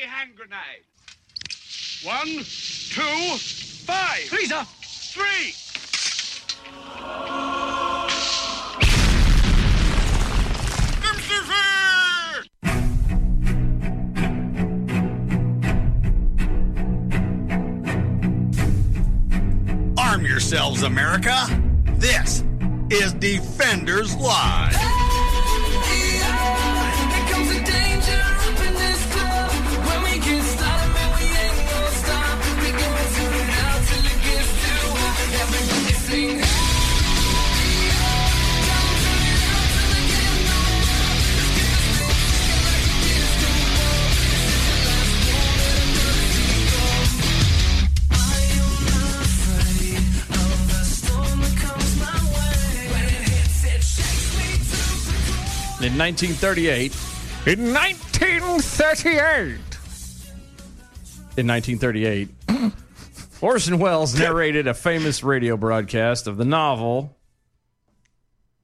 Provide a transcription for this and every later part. hand grenade. One, two, five. Lisa. Three. Arm yourselves, America. This is Defenders Live. In 1938. In 1938. In 1938, Orson Welles narrated a famous radio broadcast of the novel,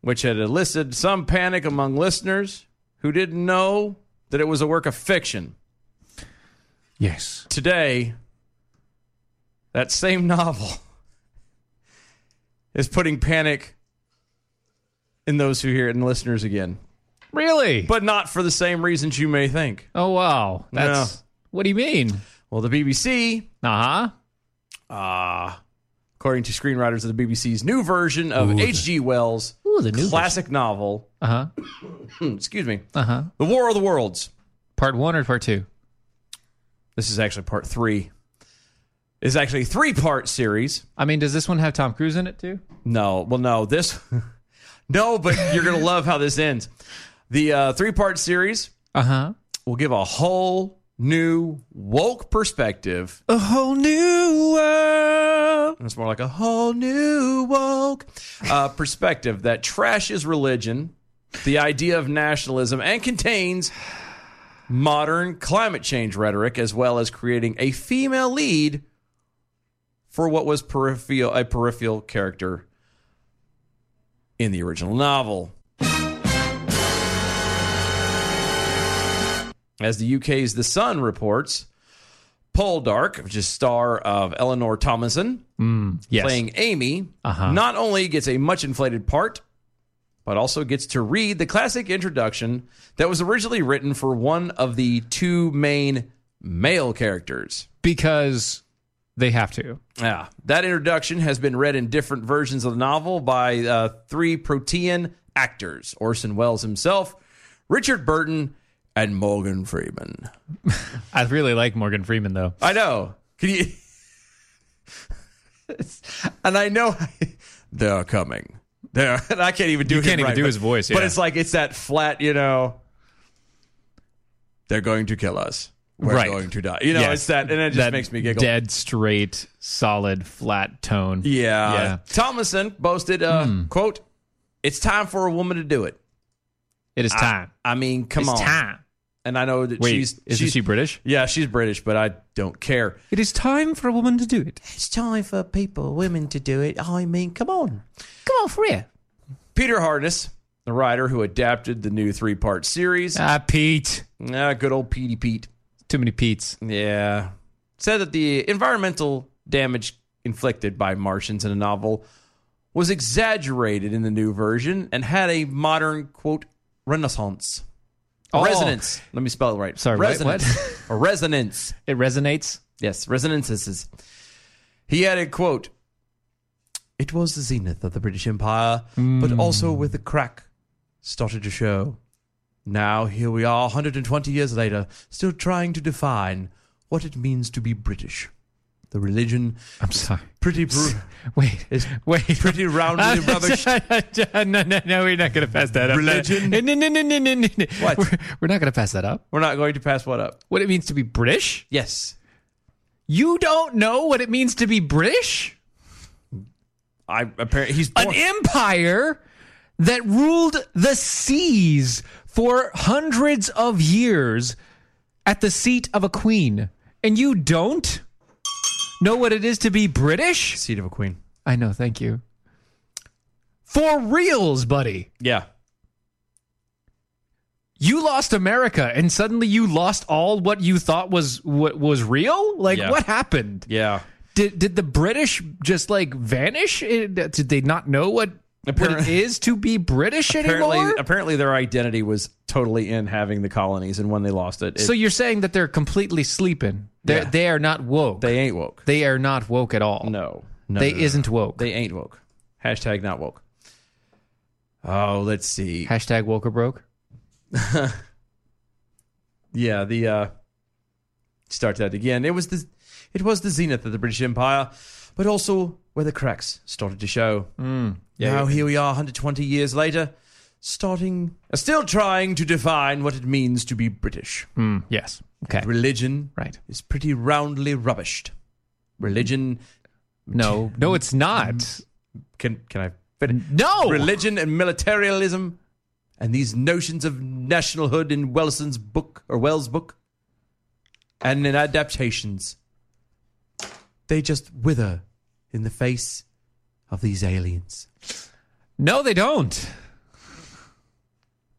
which had elicited some panic among listeners who didn't know that it was a work of fiction. Yes. Today, that same novel is putting panic in those who hear it and listeners again. Really? but not for the same reasons you may think. oh wow. That's No. what do you mean? Well, the BBC, Uh huh. Uh, according to screenwriters of the BBC's new version of H.G. Wells' Ooh, the new classic novel, hmm, Uh huh. excuse me, Uh huh. The War of the Worlds. Part one or part two? This is actually part three. Is actually a three-part series. I mean, does this one have Tom Cruise in it too? No, well, no, this, no, but you're gonna love how this ends. The uh, three-part series Uh huh. will give a whole new woke perspective A whole new world. And it's more like a whole new woke uh, perspective that trashes religion, the idea of nationalism, and contains modern climate change rhetoric, as well as creating a female lead for what was peripheral, a peripheral character in the original novel. As the UK's The Sun reports, Poldark, which is star of Eleanor Thomason, Yes. playing Amy not only gets a much inflated part, but also gets to read the classic introduction that was originally written for one of the two main male characters. because they have to. Yeah, that introduction has been read in different versions of the novel by uh, three Protean actors Orson Welles himself, Richard Burton, and Morgan Freeman. I really like Morgan Freeman though. I know. Can you? and I know they're coming. They're, and I can't even do. You him can't even right, do but- his voice, But yeah. it's like it's that flat. You know, they're going to kill us. We're Right. going to die. You know, Yes. it's that, and it just that makes me giggle. Dead straight, solid, flat tone. Yeah. Yeah. Hmm. Thomason boasted, uh, "quote It's time for a woman to do it." It is time. I mean, Ah, come it's on. time. And I know that Wait, she's isn't she's she British? yeah she's British, but I don't care. It is time for a woman to do it. It's time for people, women to do it. I mean, come on. Come on, for you. Peter Harness, the writer who adapted the new three part series, Ah, Pete. ah, good old Petey Pete, Too many Pete's. yeah, said that the environmental damage inflicted by Martians in the novel was exaggerated in the new version and had a modern, quote, renaissance. Oh. Resonance. Let me spell it right. Sorry, what- resonance. what? or resonance. It resonates. Yes, resonances. He added, quote, It was the zenith of the British Empire, but also with a crack started to show. Now here we are, 120 years later, still trying to define what it means to be British. The religion, I'm sorry. pretty bru- Wait. It's wait. pretty rounded rubbish. no, no, no, we're not going to pass that up. Religion? No, no, no, no, no, no, no. What? We're, we're not going to pass that up. We're not going to pass what up. What it means to be British? Yes, You don't know what it means to be British? I apparently he's An born- empire that ruled the seas for hundreds of years at the seat of a queen. And you don't know what it is to be British? seed of a queen. I know, thank you. For reals, buddy. Yeah, You lost America and suddenly you lost all what you thought was what was real? Like Yeah. what happened? yeah. Did did the British just like vanish? Eh, Did they not know what, what it Apparently- is to be British Apparently, uh, anymore? apparently their identity was totally in having the colonies, and when they lost it, it so you're saying that they're completely sleeping? They Yeah. are they are not woke. they ain't woke. They are not woke at all. No, no, they no, no. isn't woke. They ain't woke. Hashtag not woke. Oh, let's see. Hashtag woke or broke. Yeah, the uh start that again. It was the it was the zenith of the British Empire, but also where the cracks started to show. Hmm. now here we are, 120 years later, starting uh, still trying to define what it means to be British. Hmm. Yes. Okay. Religion Right. is pretty roundly rubbished. Religion No. No, Mm-hmm. it's not. can can I finish? No. religion and militarism and these notions of nationalhood in Wellson's book or Wells' book and in adaptations. They just wither in the face of these aliens. no, they don't.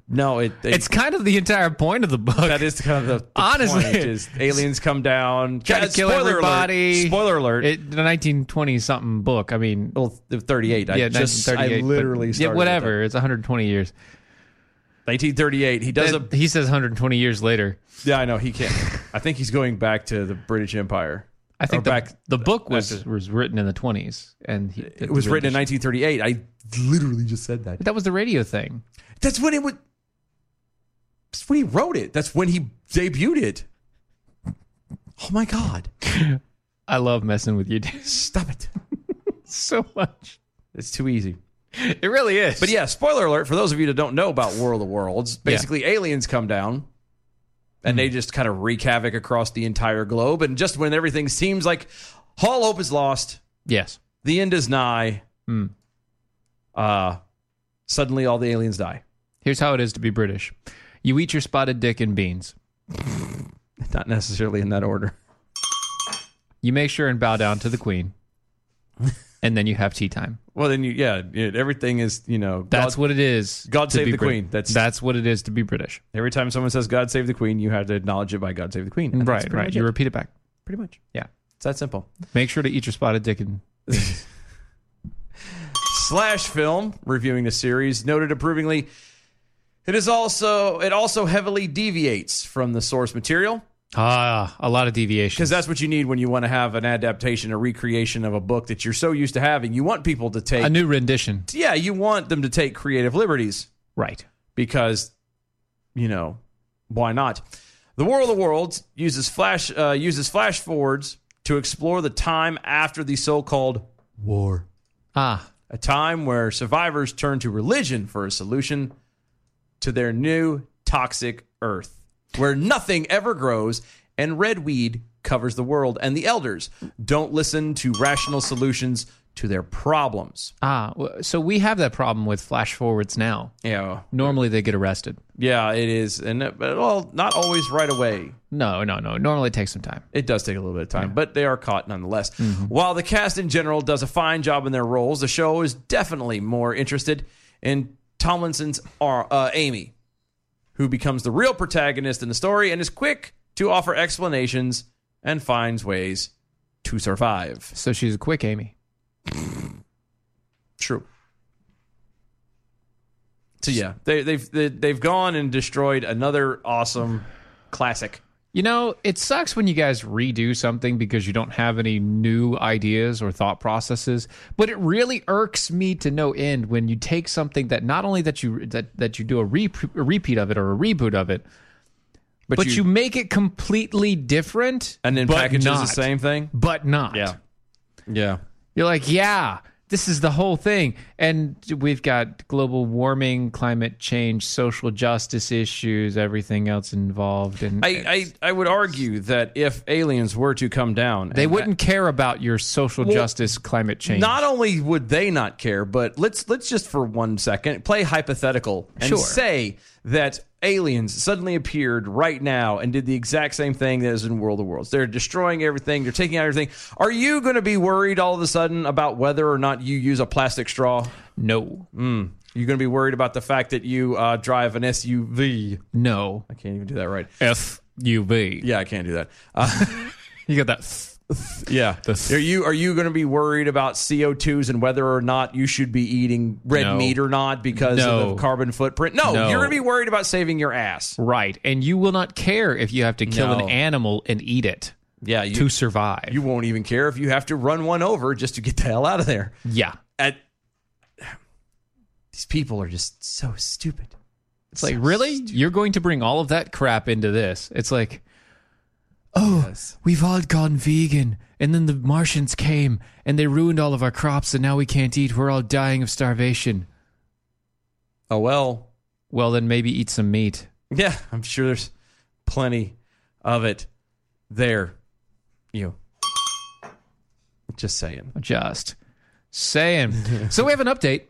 No, it, it- It's kind of the entire point of the book. that is kind of the, the Honestly. point is aliens come down Try to God, kill spoiler everybody. Alert, spoiler alert! It, the 1920 something book. I mean, well, thirty-eight. I yeah, just I 1938. but- literally started yeah, with whatever. It's 120 years. that. Nineteen thirty-eight. He does a That- he says 120 years later. Yeah, I know he can't. I think he's going back to the British Empire. I Or think the, back- the book was after- was written in the 20s, and he, It was written in 1938. I literally just said that. That was the radio thing. That's when it was. That's when he wrote it. That's when he debuted it. Oh my God! I love messing with you dude, Stop it. so much. It's too easy. It really is. But yeah, spoiler alert for those of you that don't know about War of the Worlds. Basically, aliens come down and Hmm. they just kind of wreak havoc across the entire globe. And just when everything seems like all hope is lost, yes, Hmm. the end is nigh. Uh, suddenly all the aliens die. here's how it is to be British: you eat your spotted dick and beans. Not necessarily in that order. You make sure and bow down to the Queen, and then you have tea time. Well, then you, yeah, it, everything is, you know, That's God- what it is. God to save be the Brit- Queen. That's- that's what it is to be British. every time someone says God save the Queen, you have to acknowledge it by God save the Queen. And that's Right, pretty right. much You it. repeat it back. pretty much. Yeah. It's that simple. Make sure to eat your spotted dick and Slash film reviewing the series noted approvingly. It is also it also heavily deviates from the source material ah, a lot of deviation. because that's what you need when you want to have an adaptation, a recreation of a book that you're so used to having. You want people to take A new rendition. yeah, you want them to take creative liberties Right. because, you know, why not? The War of the Worlds uses flash uh, uses flash forwards to explore the time after the so-called war, Ah, a time where survivors turn to religion for a solution to their new toxic Earth, where nothing ever grows and red weed covers the world, and the elders don't listen to rational solutions to their problems. Ah, w- so we have that problem with flash forwards now. Yeah. Normally they get arrested. Yeah, it is, and it, but, well, not always right away. No, no, no. Normally it takes some time. It does take a little bit of time, but they are caught nonetheless. Mm-hmm. While the cast in general does a fine job in their roles, the show is definitely more interested in Tomlinson's Ar- uh, Amy, who becomes the real protagonist in the story and is quick to offer explanations and finds ways to survive. So she's a quick Amy. True. So yeah, they, they've they, they've gone and destroyed another awesome classic. You know, it sucks when you guys redo something because you don't have any new ideas or thought processes, but it really irks me to no end when you take something that not only that you that that you do a, re- a repeat of it or a reboot of it, but, you, make it completely different and then but packages the not, same thing. but not. Yeah, yeah. You're like, "Yeah, this is the whole thing." And we've got global warming, climate change, social justice issues, everything else involved and I, I I would argue that if aliens were to come down, They and- wouldn't care about your social Well, justice, climate change. Not only would they not care, but let's let's just for one second play hypothetical and Sure. say that aliens suddenly appeared right now and did the exact same thing that is in World of Worlds. They're destroying everything. They're taking out everything. Are you going to be worried all of a sudden about whether or not you use a plastic straw? no, You're going to be worried about the fact that you uh, drive an SUV. no. I can't even do that right. F U V. Yeah, I can't do that. Uh, You got that. th- yeah. The- are you are you going to be worried about CO2s and whether or not you should be eating red No. meat or not because of No. the carbon footprint? No, No. you're going to be worried about saving your ass. Right, and you will not care if you have to kill No. an animal and eat it Yeah, you to survive. you won't even care if you have to run one over just to get the hell out of there. yeah, At these people are just so stupid. it's like really, you're going to bring all of that crap into this? It's like, oh, we've all gone vegan, and then the Martians came and they ruined all of our crops, and now we can't eat. We're all dying of starvation. Oh well. Well, then maybe eat some meat. Yeah, I'm sure there's plenty of it there. You. Just saying. Just saying. so we have an update.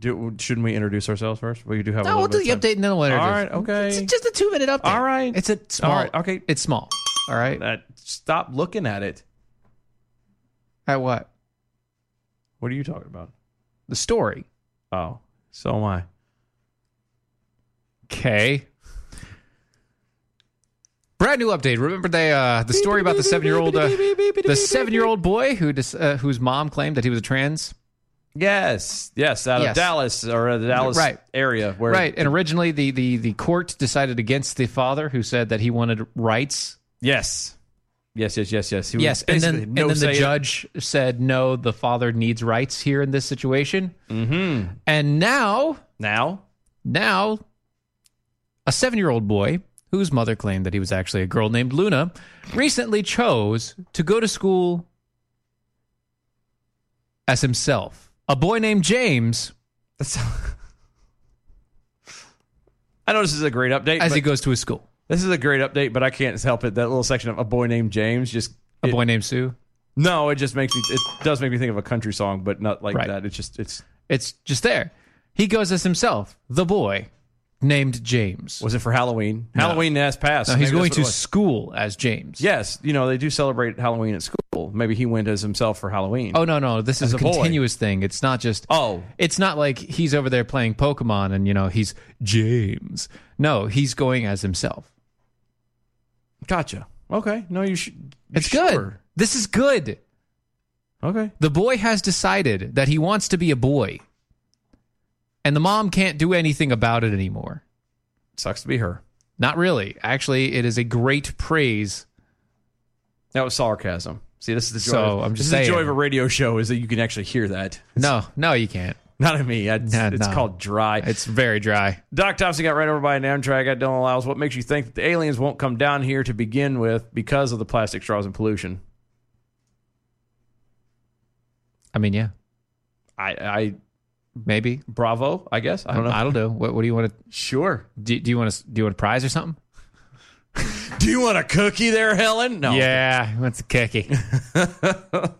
Do, shouldn't we introduce ourselves first? We do have a No, we'll little bit do the of time. update and then we'll introduce. All right, okay. It's just a two minute update. All right. It's a small. All right, okay. It's small. All right. That, Uh, stop looking at it. At what? What are you talking about? The story. Oh, so am I. Okay. Brand new update. Remember they uh, the story about the seven year old uh, the seven year old boy who dis- uh, whose mom claimed that he was trans. Yes, yes, out Yes. of Dallas or the Dallas Right. area. Where Right. And originally the, the the court decided against the father who said that he wanted rights. Yes, yes, yes, yes, yes. He was Yes. And then basically and no then the say- judge said no, the father needs rights here in this situation. Mm-hmm. And now now. Now, a seven year old boy whose mother claimed that he was actually a girl named Luna recently chose to go to school as himself. A boy named James That's. I know this is a great update. as but- he goes to his school. this is a great update, but I can't help it. That little section of a boy named James just A it- boy named Sue. No, it just makes me. It does make me think of a country song, but not like Right. that. It's just it's. It's just there. He goes as himself, the boy named James. Was it for Halloween? Halloween has passed. Now he's Maybe going that's what to it was. school as James. Yes, you know they do celebrate Halloween at school. Maybe he went as himself for Halloween. Oh no, no, this is As a a boy. continuous thing. It's not just Oh. It's not like he's over there playing Pokemon and you know he's James. No, he's going as himself. gotcha. Okay, no, you should. It's good. sure. This is good. Okay, The boy has decided that he wants to be a boy. And the mom can't do anything about it anymore. sucks to be her. Not really. Actually, it is a great praise. That was sarcasm. See, this is the joy. So, of, I'm just this is the joy saying. of a radio show is that you can actually hear that. No, no, you can't. Not at me. It's, No, it's no. called dry. It's very dry. Doc Thompson got ran over by an Amtrak at Dillon Allows. What makes you think that the aliens won't come down here to begin with because of the plastic straws and pollution? I mean, yeah, I, I maybe. bravo, I guess. I don't know. I don't know. What, what do you want to sure. do? Do you want to do you want a prize or something? Do you want a cookie there, Helen? No. Yeah, he wants a cookie.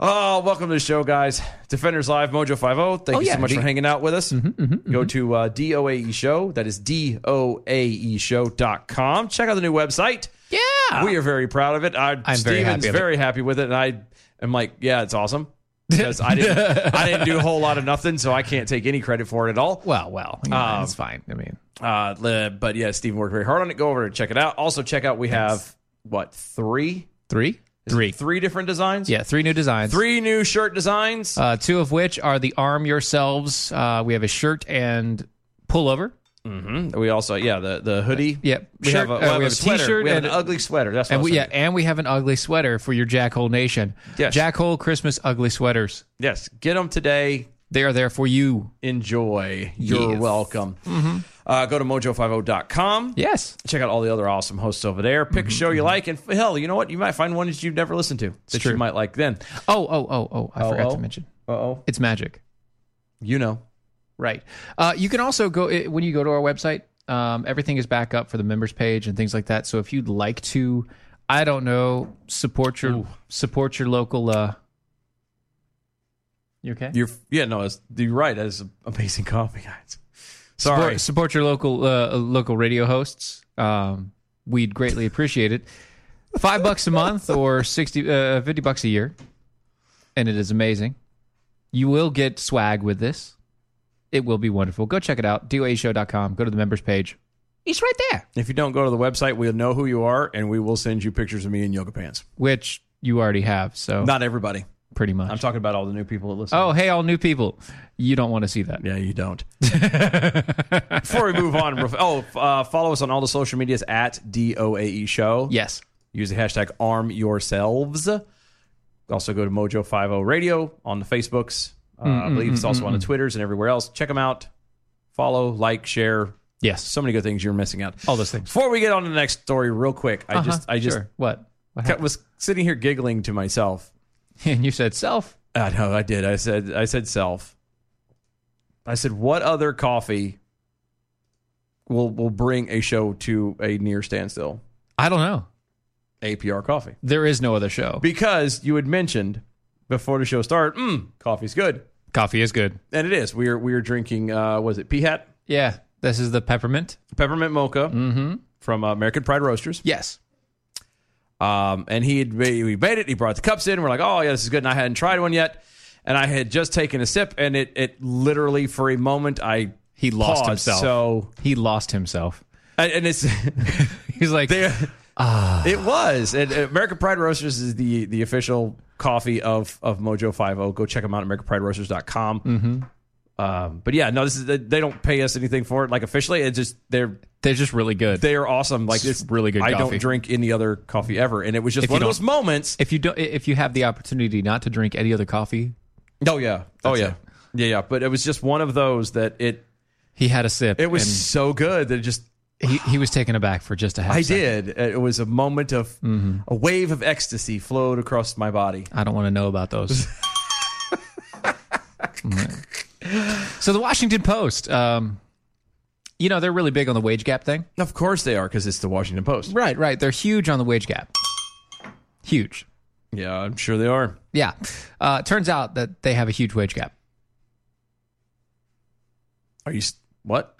Oh, welcome to the show, guys. Defenders Live, Mojo 50. Thank Oh, you yeah, Mm-hmm, so much the- for hanging out with us. Go to uh, DOAE Show. That is E DOAEshow.com. Check out the new website. yeah. we are very proud of it. I, am Ah. I'm very Steven's happy with it. very happy with it, and I am like, yeah, it's awesome. Because I didn't, I didn't do a whole lot of nothing, so I can't take any credit for it at all. Well, well, you know, Um, it's fine. I mean, Uh, le- but yeah, Steven worked very hard on it. Go over and check it out. Also, check out we have what three, three, Is it three different designs. Yeah, three new designs. three new shirt designs. Uh, two of which are the arm yourselves. Uh, we have a shirt and pullover. Mm-hmm. We also, yeah, the, the hoodie. Yep. We Shirt, have a, uh, we have a we have a sweater. t-shirt we have and- an ugly sweater. That's what I And was we, yeah, thinking. and we have an ugly sweater for your Jackhole Nation. Yes. Jackhole Christmas ugly sweaters. Yes. Get them today. They are there for you. Enjoy. You're Yes. Mm-hmm. welcome. Uh, go to mojo50.com. Yes. Check out all the other awesome hosts over there. Pick a Mm-hmm. show you like, and hell, you know what? You might find one that you've never listened to that you true. might like. Then, Oh, oh, oh, oh. I forgot oh. to mention. uh oh, It's magic. you know, Right. Uh, you can also go eh, when you go to our website. Um, everything is back up for the members page and things like that. So if you'd like to, I don't know, support your support your local. Uh, you okay? you're yeah, no, it's, you're right. That is amazing coffee, guys. Sorry, support, support your local uh, local radio hosts. Um, we'd greatly appreciate it. Five bucks a month or 60, uh, 50 bucks a year, and it is amazing. You will get swag with this. It will be wonderful. Go check it out. DOAshow.com. Go to the members page. It's right there, if you don't go to the website, we'll know who you are, and we will send you pictures of me in yoga pants. which you already have. So Not everybody. pretty much. I'm talking about all the new people that listen. oh, hey, all new people. You don't want to see that. Yeah, you don't. Before we move on, real- oh, uh, follow us on all the social medias at DOAE E Show. Yes. Use the hashtag arm yourselves. Also go to Mojo50 Radio on the Facebooks. Uh, Mm, I believe it's also on the Twitters and everywhere else. Check them out. Follow, like, share. Yes. So many good things you're missing out. All those things. Uh-huh. Before we get on to the next story, real quick, I just I just Sure. What? What kept, was sitting here giggling to myself. happened? And you said self. I know I did. I said I said self. I said what other coffee will will bring a show to a near standstill? I don't know. APR coffee. There is no other show. Because you had mentioned before the show started, mm, coffee's good. Coffee is good. And it is. We are we are drinking uh was it P hat? Yeah, this is the peppermint. Peppermint mocha Mm-hmm. from uh, American Pride Roasters. Yes. Um, and he had made, we made it. He brought the cups in. We're like, oh yeah, this is good. And I hadn't tried one yet, and I had just taken a sip, and it it literally for a moment I He lost paused. himself. So He lost himself. and, and it's He's like, they, Ah. it was. And uh, American Pride Roasters is the the official coffee of of Mojo Five O. Go check them out at AmericanPrideRoasters.com. Mm-hmm. Um, but yeah, no, this is they don't pay us anything for it. Like officially, it's just they're they're just really good. they are awesome. Like It's it's really good I coffee. don't drink any other coffee ever, and it was just If you one of don't- those moments. if you don't, if you have the opportunity not to drink any other coffee, Oh yeah. Oh yeah. Yeah, yeah. But it was just one of those that it he had a sip. it was so good that it just and he, he was taken aback for just a half. I second. did. It was a moment of Mm-hmm. a wave of ecstasy flowed across my body. I don't want to know about those. Mm. so the Washington Post, um, you know, they're really big on the wage gap thing. Of course they are, because it's the Washington Post. Right, right. They're huge on the wage gap. Huge. Yeah, I'm sure they are. Yeah. Uh, turns out that they have a huge wage gap. Are you s- what?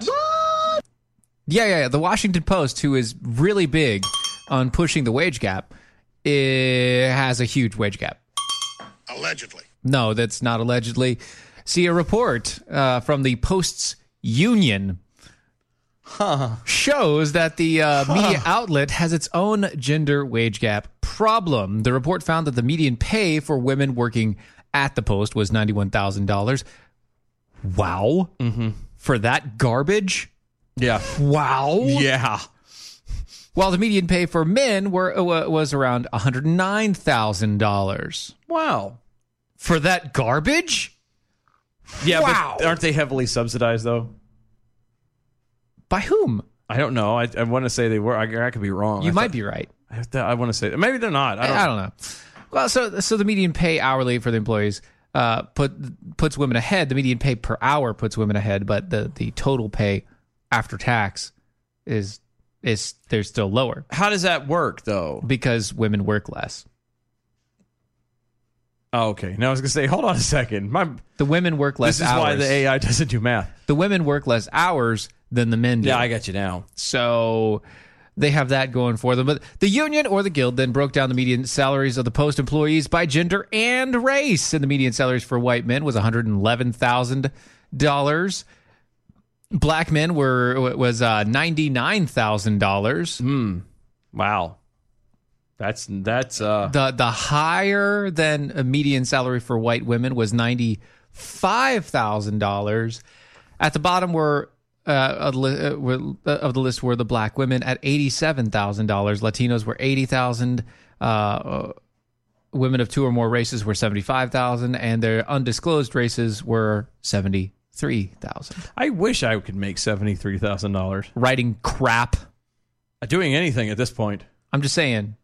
Yeah, yeah, yeah. The Washington Post, who is really big on pushing the wage gap, it has a huge wage gap. Allegedly. No, that's not allegedly. See, a report uh, from the Post's union shows that the uh, media outlet has its own gender wage gap problem. The report found that the median pay for women working at the Post was $91,000. Wow. Mm-hmm. For that garbage? Yeah. Wow. Yeah. While the median pay for men were uh, was around $109,000. Wow. For that garbage? Yeah, Wow. but aren't they heavily subsidized though? By whom? I don't know. I, I want to say they were. I, I could be wrong. You I might thought- be right. I, have to- I want to say maybe they're not. I don't. I don't know. Well, so so the median pay hourly for the employees uh, put puts women ahead. The median pay per hour puts women ahead, but the the total pay after tax is is they're still lower How does that work though? because women work less. Oh, okay. Now I was gonna say, hold on a second. My The women work less this is hours. why the AI doesn't do math. the women work less hours than the men do. Yeah, I got you now. So they have that going for them. But the union or the guild then broke down the median salaries of the post employees by gender and race. And the median salaries for white men was $111,000. Black men were was uh, ninety nine thousand dollars. Wow. That's that's uh The the higher than a median salary for white women was ninety five thousand dollars. At the bottom were uh, of the li- uh, were- uh, of the list were the black women at eighty-seven thousand dollars. Latinos were eighty thousand. Uh, uh, women of two or more races were seventy-five thousand, and their undisclosed races were seventy-three thousand. I wish I could make seventy three thousand dollars Writing crap. doing anything at this point. I'm just saying.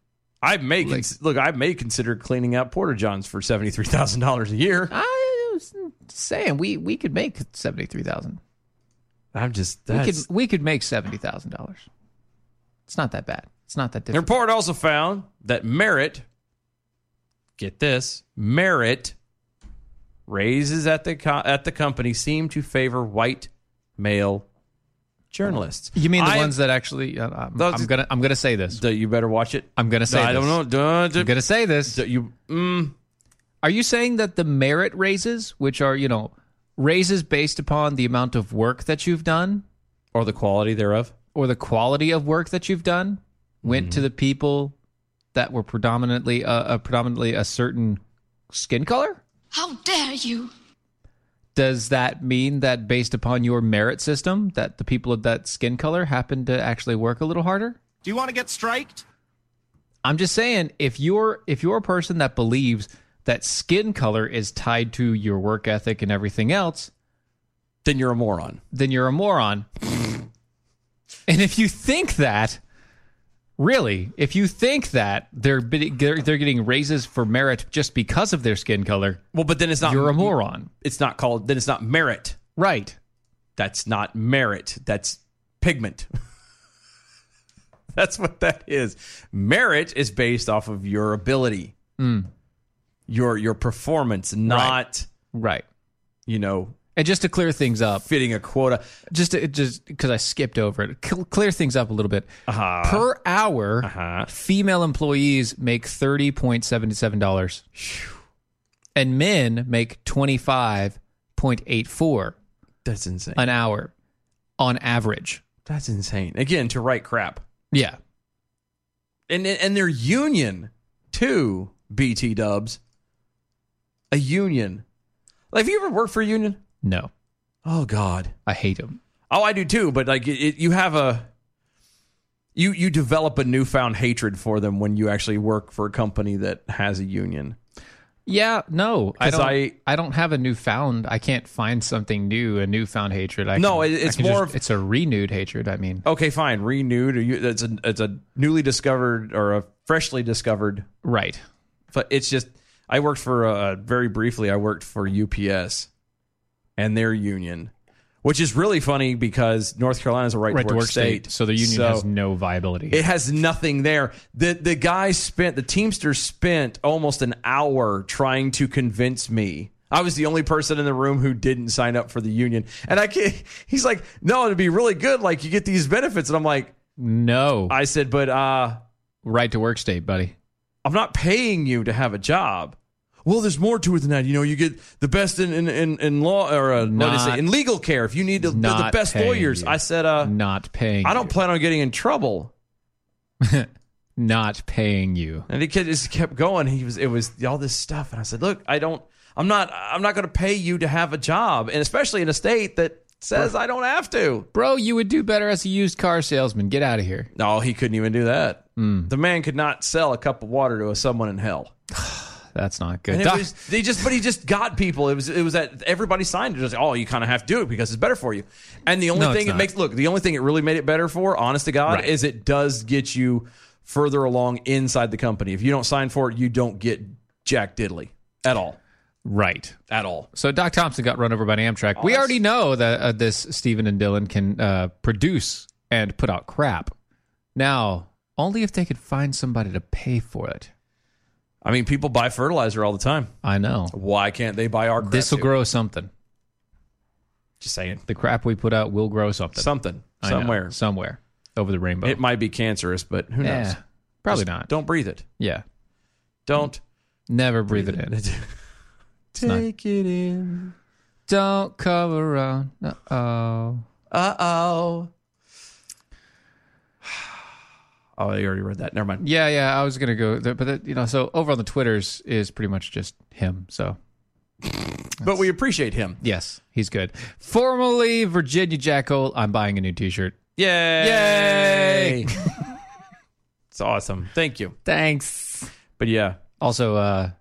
I may cons- look. I may consider cleaning out porta johns for seventy three thousand dollars a year. I was saying we we could make seventy-three thousand. I'm just We could that's. we could make seventy thousand dollars. It's not that bad. It's not that The difficult. report also found that merit, get this, merit raises at the co- at the company seem to favor white male journalists. You mean the I- ones that actually? uh, I'm, Those- I'm gonna I'm gonna say this. that you better watch it? I'm gonna say I this. don't know. Duh, duh, I'm gonna say this. duh, you mm, Are you saying that the merit raises, which are you know raises based upon the amount of work that you've done or the quality thereof? or the quality of work that you've done, went Mm-hmm. to the people that were predominantly uh, uh, predominantly a certain skin color? How dare you! Does that mean that based upon your merit system, that the people of that skin color happen to actually work a little harder? Do you want to get striked? I'm just saying if you're if you're a person that believes that skin color is tied to your work ethic and everything else, Then you're a moron. then you're a moron. and if you think that, really, if you think that they're bid- they're they're getting raises for merit just because of their skin color, Well, but then it's not you're a moron. It's not called. Then it's not merit. Right. That's not merit. That's pigment. That's what that is. Merit is based off of your ability, your your performance, not Right. you know And just to clear things up, fitting a quota. just to, just because I skipped over it, cl- clear things up a little bit. Uh-huh. Per hour, female employees make thirty point seventy seven dollars, and men make twenty five point eight four That's insane. an hour on average. That's insane. Again, to write crap, Yeah, and and their union too. BT Dubs, a union. Like, have you ever worked for a union? no, Oh God. I hate them. Oh, I do too. But like, it, it, you have a you you develop a newfound hatred for them when you actually work for a company that has a union. Yeah, no, I 'Cause don't. I- I, don't have a newfound. I can't find something new, a newfound hatred. I No, can- it- I it's can more just- of- it's a renewed hatred. I mean, Okay, fine. Renewed. Or you, it's a it's a newly discovered or a freshly discovered. right. But it's just I worked for uh, very briefly. I worked for UPS and their union, which is really funny because North Carolina is a right, Right to work state, so the union so- has no viability. It has nothing there. The the guy spent the Teamster spent almost an hour trying to convince me. I was the only person in the room who didn't sign up for the union. And I can't he's like, no, it'd be really good. Like you get these benefits. And I'm like, no, I said, but uh right to work state, buddy. I'm not paying you to have a job. Well, there's more to it than that. You know, you get the best in in, in, in law or uh, what do you say Not- in legal care if you need the, the- the not best paying lawyers. you. I said, uh, Not paying. I don't plan on getting in trouble. you. not paying you. And he kept- just kept going. He was it was all this stuff, and I said, "Look, I don't. I'm not. I'm not going to pay you to have a job, and especially in a state that says I don't have to." Bro, you would do better as a used car salesman. Get out of here. No, he couldn't even do that. Hmm. The man could not sell a cup of water to a someone in hell. That's not And good. it Doc- was, they just, but he just got people. It was, it was that everybody signed it. It was like, oh, you kind of have to do it because it's better for you. And the only No, it's thing it not. makes, look, the only thing it really made it better for, honest to God, Right. is it does get you further along inside the company. If you don't sign for it, you don't get Jack Diddley at all. right. At all. So Doc Thompson got run over by an Amtrak. we already know that uh, this Stephen and Dylan can uh, produce and put out crap. Now, only if they could find somebody to pay for it. I mean, people buy fertilizer all the time. I know. Why can't they buy our crap? This will too? grow something. Just saying. The crap we put out will grow something. Something. I know. Somewhere. Somewhere. Over the rainbow. It might be cancerous, but who Yeah. knows? Probably Just not. Don't breathe it. Yeah. Don't Never breathe it in. not- it in. Don't come around. Uh-oh. Uh oh. Oh, I already read that. Never mind. Yeah, yeah. I was gonna go, there, but that, you know, so over on the Twitters is pretty much just him. So but we appreciate him. Yes, he's good. Formerly Virginia Jackal, I'm buying a new T-shirt. Yay! Yay! it's awesome. Thank you. Thanks. But yeah, Also, uh,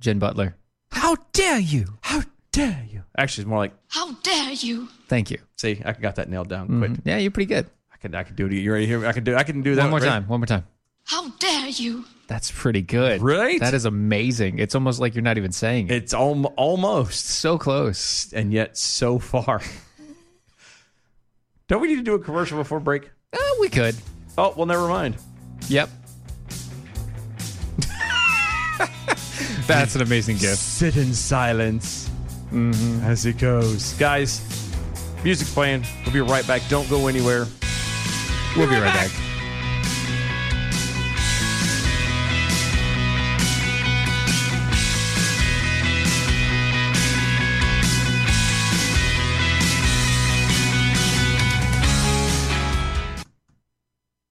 Jen Butler. How dare you? How dare you? actually, it's more like How dare you? Thank you. see, I got that nailed down quick. Yeah, you're pretty good. I can I can do it. You ready here? I can do. I can do that One more right? time. One more time. How dare you? That's pretty good. Right? That is amazing. It's almost like you're not even saying it. It's al- almost so close. and yet so far. Don't we need to do a commercial before break? Uh, we could. Oh well, never mind. Yep. That's an amazing gift. Sit in silence Mm-hmm. as it goes, guys. Music's playing. We'll be right back. Don't go anywhere. We'll be right back.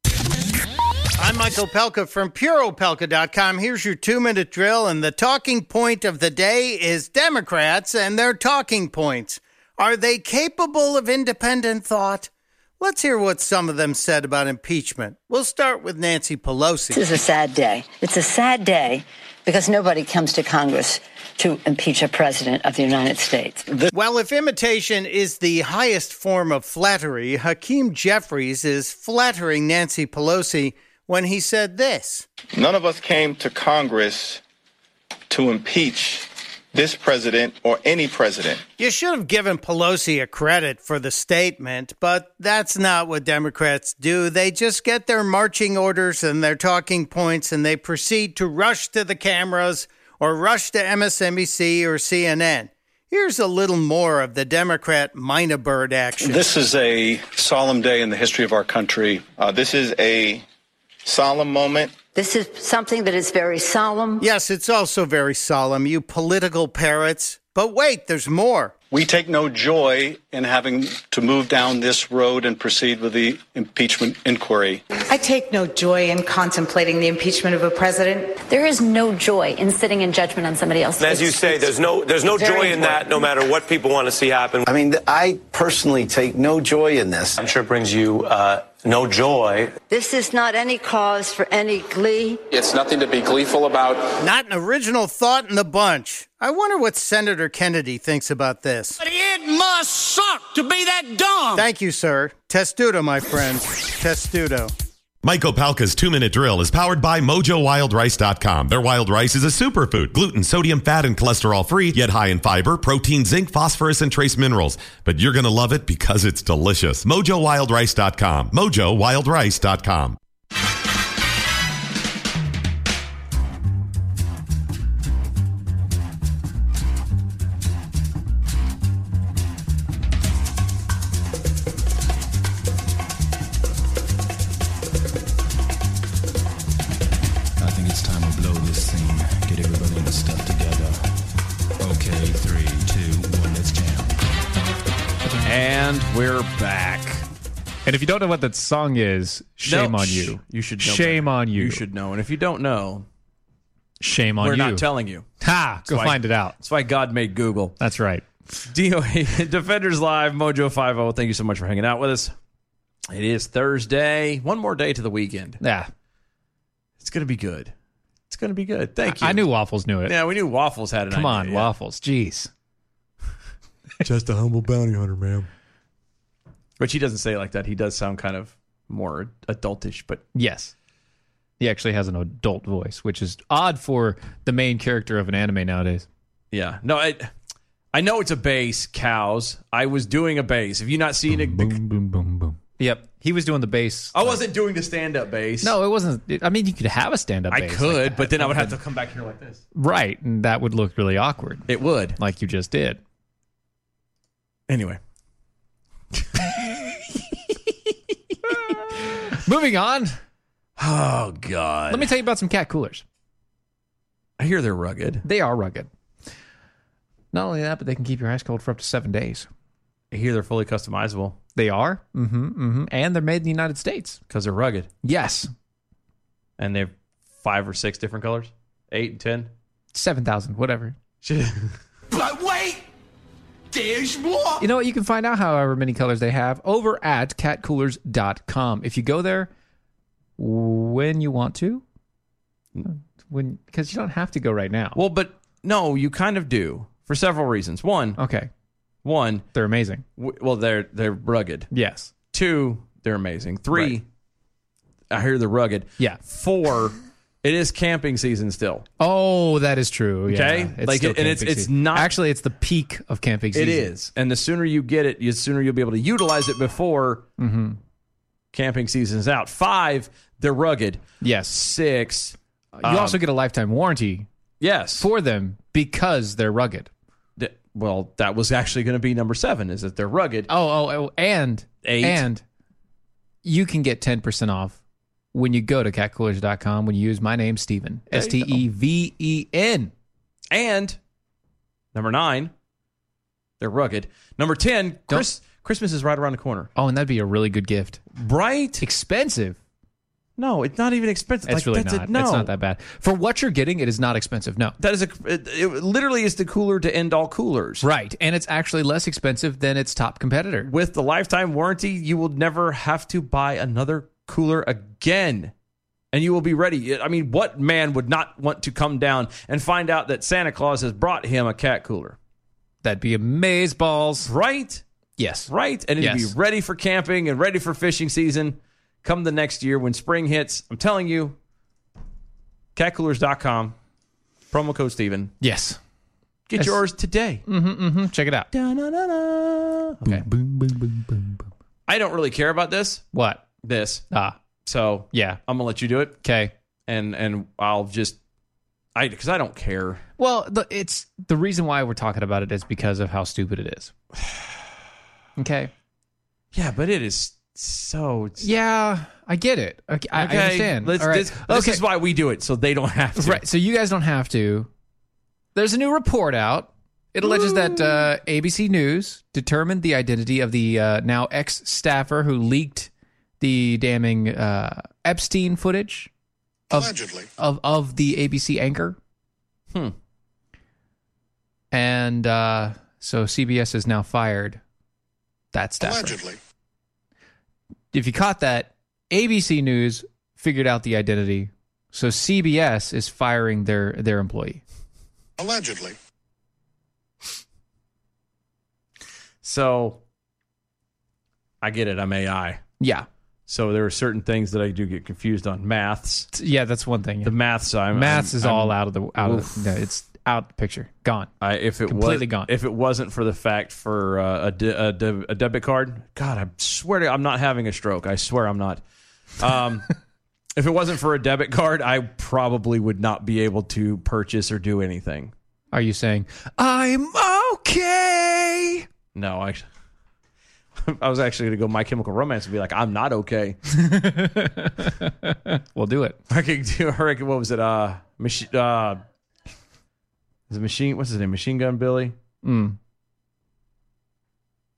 I'm Michael Pelka from PuroPelka.com. Here's your two minute drill, and the talking point of the day is Democrats and their talking points. Are they capable of independent thought? Let's hear what some of them said about impeachment. We'll start with Nancy Pelosi. This is a sad day. It's a sad day because nobody comes to Congress to impeach a president of the United States. Well, if imitation is the highest form of flattery, Hakeem Jeffries is flattering Nancy Pelosi when he said this. None of us came to Congress to impeach this president or any president. You should have given Pelosi a credit for the statement, but that's not what Democrats do. They just get their marching orders and their talking points and they proceed to rush to the cameras or rush to MSNBC or CNN. Here's a little more of the Democrat minor bird action. This is a solemn day in the history of our country. Uh, this is a solemn moment. This is something that is very solemn. yes, it's also very solemn, you political parrots. But wait, there's more. We take no joy in having to move down this road and proceed with the impeachment inquiry. I take no joy in contemplating the impeachment of a president. There is no joy in sitting in judgment on somebody else. As you say, there's no there's no Very joy in that, no matter what people want to see happen. I mean, I personally take no joy in this. I'm sure it brings you uh, no joy. This is not any cause for any glee. It's nothing to be gleeful about. Not an original thought in the bunch. I wonder what Senator Kennedy thinks about this. It must suck to be that dumb. Thank you, sir. Testudo, my friend. Testudo. Michael Palka's two minute drill is powered by MojoWildRice.com. Their wild rice is a superfood, gluten, sodium, fat, and cholesterol free, yet high in fiber, protein, zinc, phosphorus, and trace minerals. But you're going to love it because it's delicious. MojoWildRice.com. MojoWildRice.com. I think it's time to blow this thing. Get everybody in the stuff together. Okay, three, two, one, let's jam. And we're back. And if you don't know what that song is, shame No, on shh, you. You should know Shame better. on you. You should know. And if you don't know, Shame on we're you. not telling you. Ha! Go why- find it out. That's why God made Google. That's right. DOA Defenders Live, Mojo Five O. Thank you so much for hanging out with us. It is Thursday. One more day to the weekend. Yeah. It's gonna be good. It's gonna be good. Thank you. I knew Waffles knew it. Yeah, we knew Waffles had an Come on, idea, yeah. Waffles. Jeez. Just a humble bounty hunter, ma'am. Which he doesn't say it like that. He does sound kind of more adultish, but Yes. He actually has an adult voice, which is odd for the main character of an anime nowadays. yeah. No, I I know it's a bass, cows. I was doing a bass. Have you not seen it? Boom, boom, boom, boom. Yep. He was doing the bass. I wasn't doing the stand up bass. No, it wasn't. I mean, you could have a stand up I could, but then I would have to come back here like this. Right. And that would look really awkward, It would. like you just did. Anyway. Moving on. Oh God. Let me tell you about some cat coolers. I hear they're rugged. They are rugged. Not only that, but they can keep your ice cold for up to seven days. I hear they're fully customizable They are. Mm-hmm. Mm-hmm. And they're made in the United States. because they're rugged Yes. and they're five or six different colors, eight and ten. Seven thousand, whatever. Shit. There's more. You know what? You can find out however many colors they have over at catcoolers.com. If you go there when you want to, when because you don't have to go right now. Well, but no, you kind of do for several reasons. One, okay, one, they're amazing. well, they're they're rugged. Yes. Two, they're amazing. Three, I hear they're rugged. Yeah. Four, it is camping season still. Oh, that is true. Yeah. Okay? Like, still and it's- camping it's season. not- actually it's the peak of camping season. It is, and the sooner you get it, the sooner you'll be able to utilize it before Mhm. camping season's out. Five, they're rugged. Yes. Six. You also Um, get a lifetime warranty yes for them because they're rugged. Th- well, that was actually going to be number seven. Is that they're rugged? Oh, oh, oh and Eight. and you can get 10% off when you go to catcoolers.com when you use my name Steven. There S you T E V E N. And number nine, they're rugged. Number ten, Chris, Christmas is right around the corner. Oh, and that'd be a really good gift. Right? Expensive. No, it's not even expensive. Like, It's really that's not. A, no, It's not that bad. For what you're getting, it is not expensive. No. That is a. It, it literally is the cooler to end all coolers. Right. And it's actually less expensive than its top competitor. With the lifetime warranty, you will never have to buy another cooler again. And you will be ready. I mean, what man would not want to come down and find out that Santa Claus has brought him a cat cooler? That'd be amaze balls. Right? Yes. Right? And it'd Yes. be ready for camping and ready for fishing season come the next year when spring hits. I'm telling you, catcoolers.com, promo code Steven. Yes. Get Yes. yours today. Mm-hmm, Check it out. Okay. I don't really care about this. What? This. Ah, So yeah. I'm gonna let you do it, Okay. and and I'll just I because I don't care. Well, the, it's the reason why we're talking about it is because of how stupid it is. Okay. Yeah, but it is so. Yeah, I get it. Okay, I, I Okay, understand. Let's, All right. This, this okay. is why we do it, so they don't have to. right. So you guys don't have to. There's a new report out. It alleges that uh, ABC News determined the identity of the uh, now ex staffer who leaked the damning uh, Epstein footage of, Allegedly. of of the ABC anchor. Hmm. And uh, so CBS has now fired that staffer. Allegedly. If you caught that, ABC News figured out the identity. So CBS is firing their their employee. Allegedly. So I get it. I'm AI, Yeah. so there are certain things that I do get confused on. Maths, Yeah, that's one thing. the maths. I'm Maths I'm- is I'm- all out of the out Oof. of the, no, it's out the picture. Gone. I, if it Completely was, gone. If it wasn't for the fact for uh, a, de- a, de- a debit card, God, I swear to, I'm not having a stroke. I swear I'm not. Um, if it wasn't for a debit card, I probably would not be able to purchase or do anything. Are you saying I'm okay? No, I. I was actually going to go My Chemical Romance and be like, I'm not okay. We'll do it. I could do. I reckon, what was it? Uh, machine. Uh, is it machine? What's his name? Machine Gun Billy. Mm.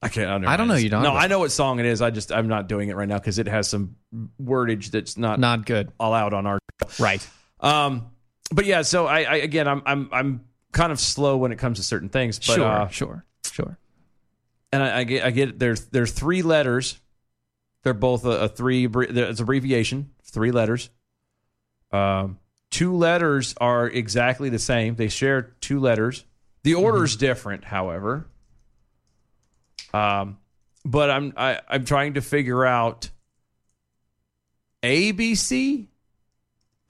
I can't. I don't know you don't. No, I know what song it is. I just I'm not doing it right now because it has some wordage that's not Not good. allowed on our. Right. Um, but yeah. So I, I again, I'm I'm I'm kind of slow when it comes to certain things. But, sure. uh, sure. Sure. and I, I get I get there's there's three letters. They're both a, a three. abbre- It's abbreviation. Three letters. Um, two letters are exactly the same. They share two letters. The order's different, however. Um, but I'm I, I'm trying to figure out. ABC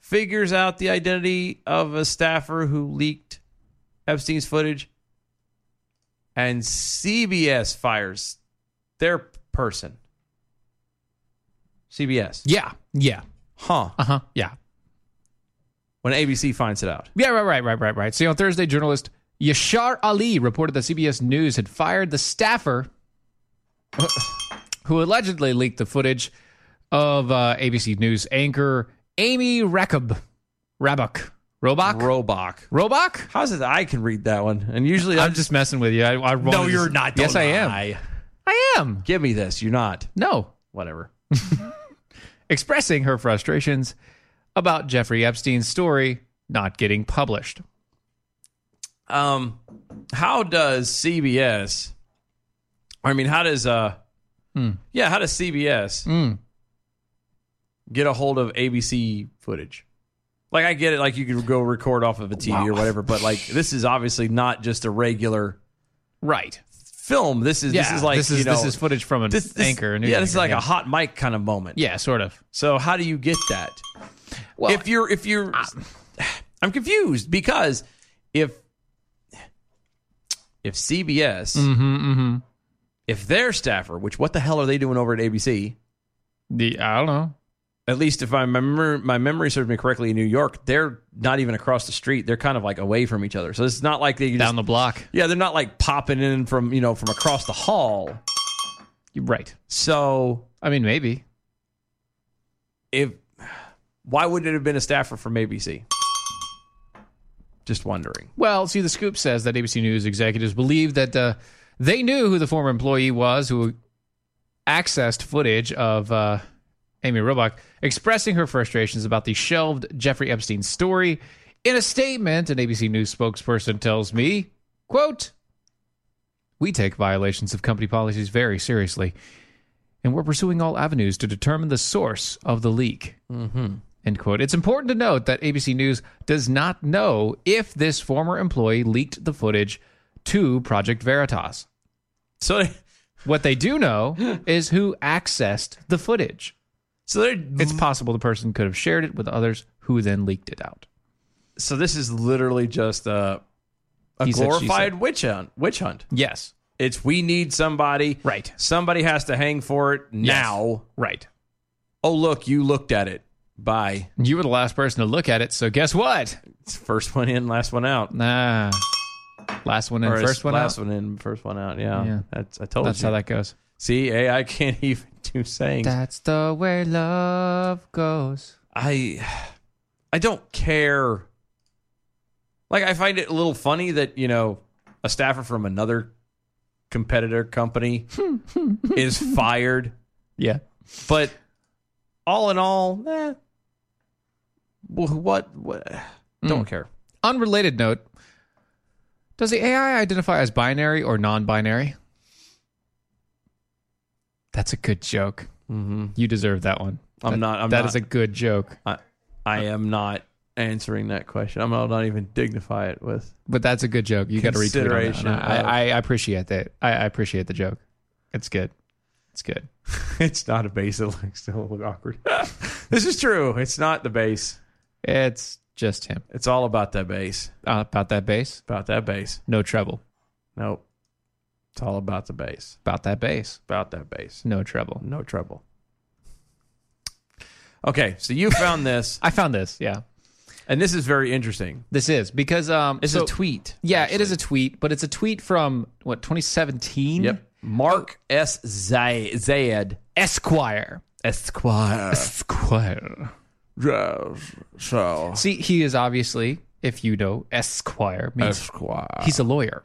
figures out the identity of a staffer who leaked Epstein's footage and CBS fires their person. CBS. Yeah. Yeah. Huh. Uh huh. Yeah. When ABC finds it out. Yeah, right, right, right, right, right. See, on Thursday, journalist Yashar Ali reported that CBS News had fired the staffer who allegedly leaked the footage of uh, ABC News anchor Amy Rakub. Rabuk. Robach? Robach. Robach? How's it that I can read that one? And usually I'm just messing with you. I, I wanted No, to- you're not. Yes, Don't I am. lie. I am. Give me this. You're not. No. Whatever. Expressing her frustrations about Jeffrey Epstein's story not getting published. Um, how does CBS? I mean, how does uh, Hmm. yeah, how does CBS Mm. get a hold of ABC footage? Like, I get it. Like, you could go record off of a TV or whatever, but like, this is obviously not just a regular right film. This is this Yeah, is like this is- you know, this is footage from an anchor, a news yeah, this is like a anchor, yeah. hot mic kind of moment. Yeah, sort of. So how do you get that? Well, if you're if you're, I'm confused because if if CBS Mm-hmm. if their staffer, which what the hell are they doing over at ABC? The I don't know. At least if I remember, my memory serves me correctly, in New York, they're not even across the street. They're kind of like away from each other. So it's not like they down the block. Yeah, they're not like popping in from you know from across the hall. Right. So I mean, maybe if why would it have been a staffer from ABC? Just wondering. Well, see, the scoop says that ABC News executives believe that uh, they knew who the former employee was who accessed footage of uh, Amy Robach expressing her frustrations about the shelved Jeffrey Epstein story. In a statement, an ABC News spokesperson tells me, "quote We take violations of company policies very seriously, and we're pursuing all avenues to determine the source of the leak." Mm-hmm. End quote. It's important to note that ABC News does not know if this former employee leaked the footage to Project Veritas. So what they do know is who accessed the footage. So it's possible the person could have shared it with others who then leaked it out. So this is literally just a a He said, she glorified said. witch hunt. Witch hunt. Yes. It's we need somebody. Right. Somebody has to hang for it now. Right. Oh look, you looked at it. Bye. You were the last person to look at it, so guess what? It's first one in, last one out. Nah. Last one in, Or it's first one last out. one in, first one out. Yeah. Yeah. That's I told That's you. how that goes. See, hey, I can't even do sayings. That's the way love goes. I I don't care. Like I find it a little funny that, you know, a staffer from another competitor company is fired. Yeah. But all in all, eh, wh- what what don't care. Unrelated note Does the AI identify as binary or non binary? That's a good joke. Mm-hmm. You deserve that one. I'm That- not- I'm that not. is a good joke. I I am not answering that question. I'm not, not even dignify it with But that's a good joke. You got to retweet on that. Consideration And I, of- I, I appreciate that. I, I appreciate the joke. It's good. It's good. it's not a base that looks a little awkward. this is true. It's not the base. It's just him. It's all about that base. Uh, about that bass. About that base. No treble. Nope. It's all about the bass. About that bass. About that bass. No treble. No trouble. Okay, so you found this, I found this. Yeah. and this is very interesting. This is because um It's so- a tweet. Yeah, it is a tweet, but it's a tweet from what 2017. Yep. Mark S. Zay- Zayed. Esquire. Esquire. Esquire. Yes. So. See, he is obviously, if you know, Esquire means Esquire. he's a lawyer.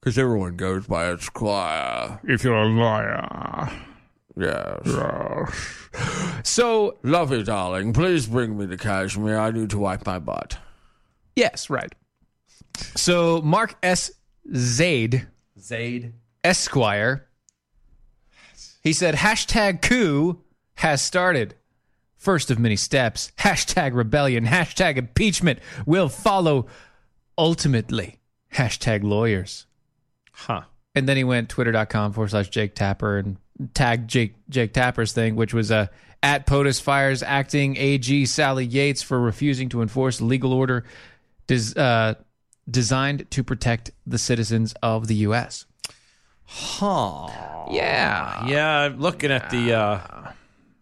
Because everyone goes by Esquire. If you're a lawyer. Yes. So, Love you, darling. Please bring me the cashmere. I need to wipe my butt. yes, right. So, Mark S. Zaid, Zayd. Esquire, he said, hashtag coup has started. First of many steps. Hashtag rebellion. Hashtag impeachment will follow ultimately. Hashtag lawyers. Huh. And then he went twitter.com forward slash Jake Tapper and tagged Jake Jake Tapper's thing, which was uh, at POTUS fires acting AG Sally Yates for refusing to enforce a legal order des- uh, designed to protect the citizens of the U.S. Huh. Yeah. Yeah, I'm looking at the. Uh,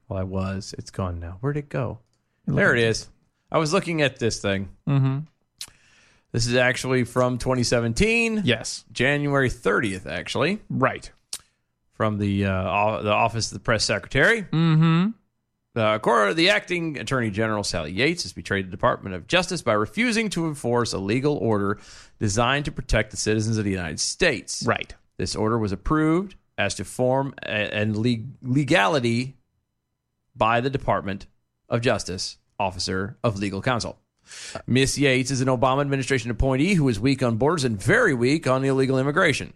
well, I was. It's gone now. Where'd it go? There it is. I was looking at this thing. Mm-hmm. This is actually from 2017, Yes. January 30th, actually, Right. from the uh, o- the office of the press secretary. Mm-hmm. Uh, Cora, the acting attorney general Sally Yates has betrayed the Department of Justice by refusing to enforce a legal order designed to protect the citizens of the United States. Right. This order was approved as to form a- and leg- legality by the Department of Justice Officer of Legal Counsel. Miss Yates is an Obama administration appointee who is weak on borders and very weak on illegal immigration.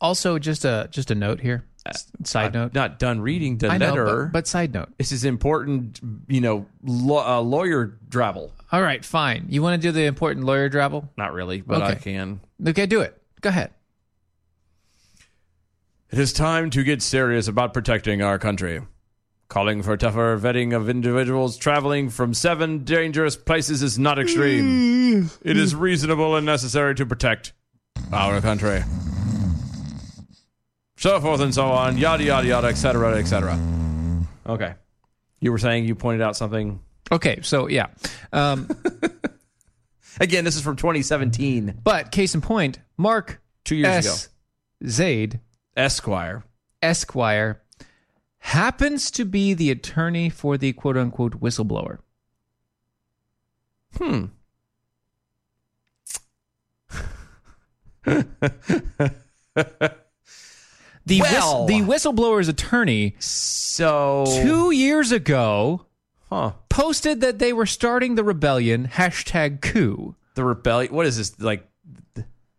Also, just a just a note here. Uh, Side note. Not done reading the I know, letter. but, but side note. this is important, you know, law, uh, lawyer drabble. All right, fine. You want to do the important lawyer drabble? Not really, but I Okay. can. Okay, do it. Go ahead. It is time to get serious about protecting our country. Calling for tougher vetting of individuals traveling from seven dangerous places is not extreme. it is reasonable and necessary to protect our country. So forth and so on, yada, yada, yada, etc., etc. Okay. You were saying you pointed out something. Okay, so yeah. Um, Again, this is from 2017. but case in point, Mark Two years S. Zaid Esquire. Esquire happens to be the attorney for the quote unquote whistleblower. Hmm. The whis- Well. the whistleblower's attorney So. two years ago Huh. posted that they were starting the rebellion hashtag coup. The rebellion. What is this? Like,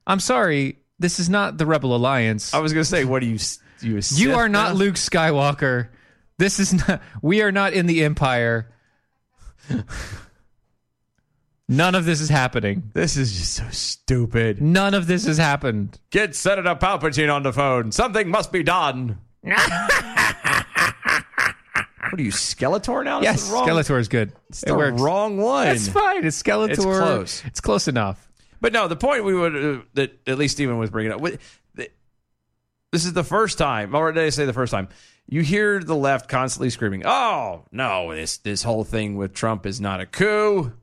I'm sorry, this is not the Rebel Alliance. I was going to say, what do you. s- You, a Sith you are not now? Luke Skywalker. This is not. We are not in the Empire. None of this is happening. This is just so stupid. None of this has happened. Get Senator Palpatine on the phone. Something must be done. what are you, Skeletor now? That's yes, the wrong, Skeletor is good. It's it the works. wrong one. That's fine. It's Skeletor. It's close. It's close enough. But no, the point we would uh, that at least Stephen was bringing up. wi- th- This is the first time, or did I say the first time? You hear the left constantly screaming, "Oh no, this this whole thing with Trump is not a coup.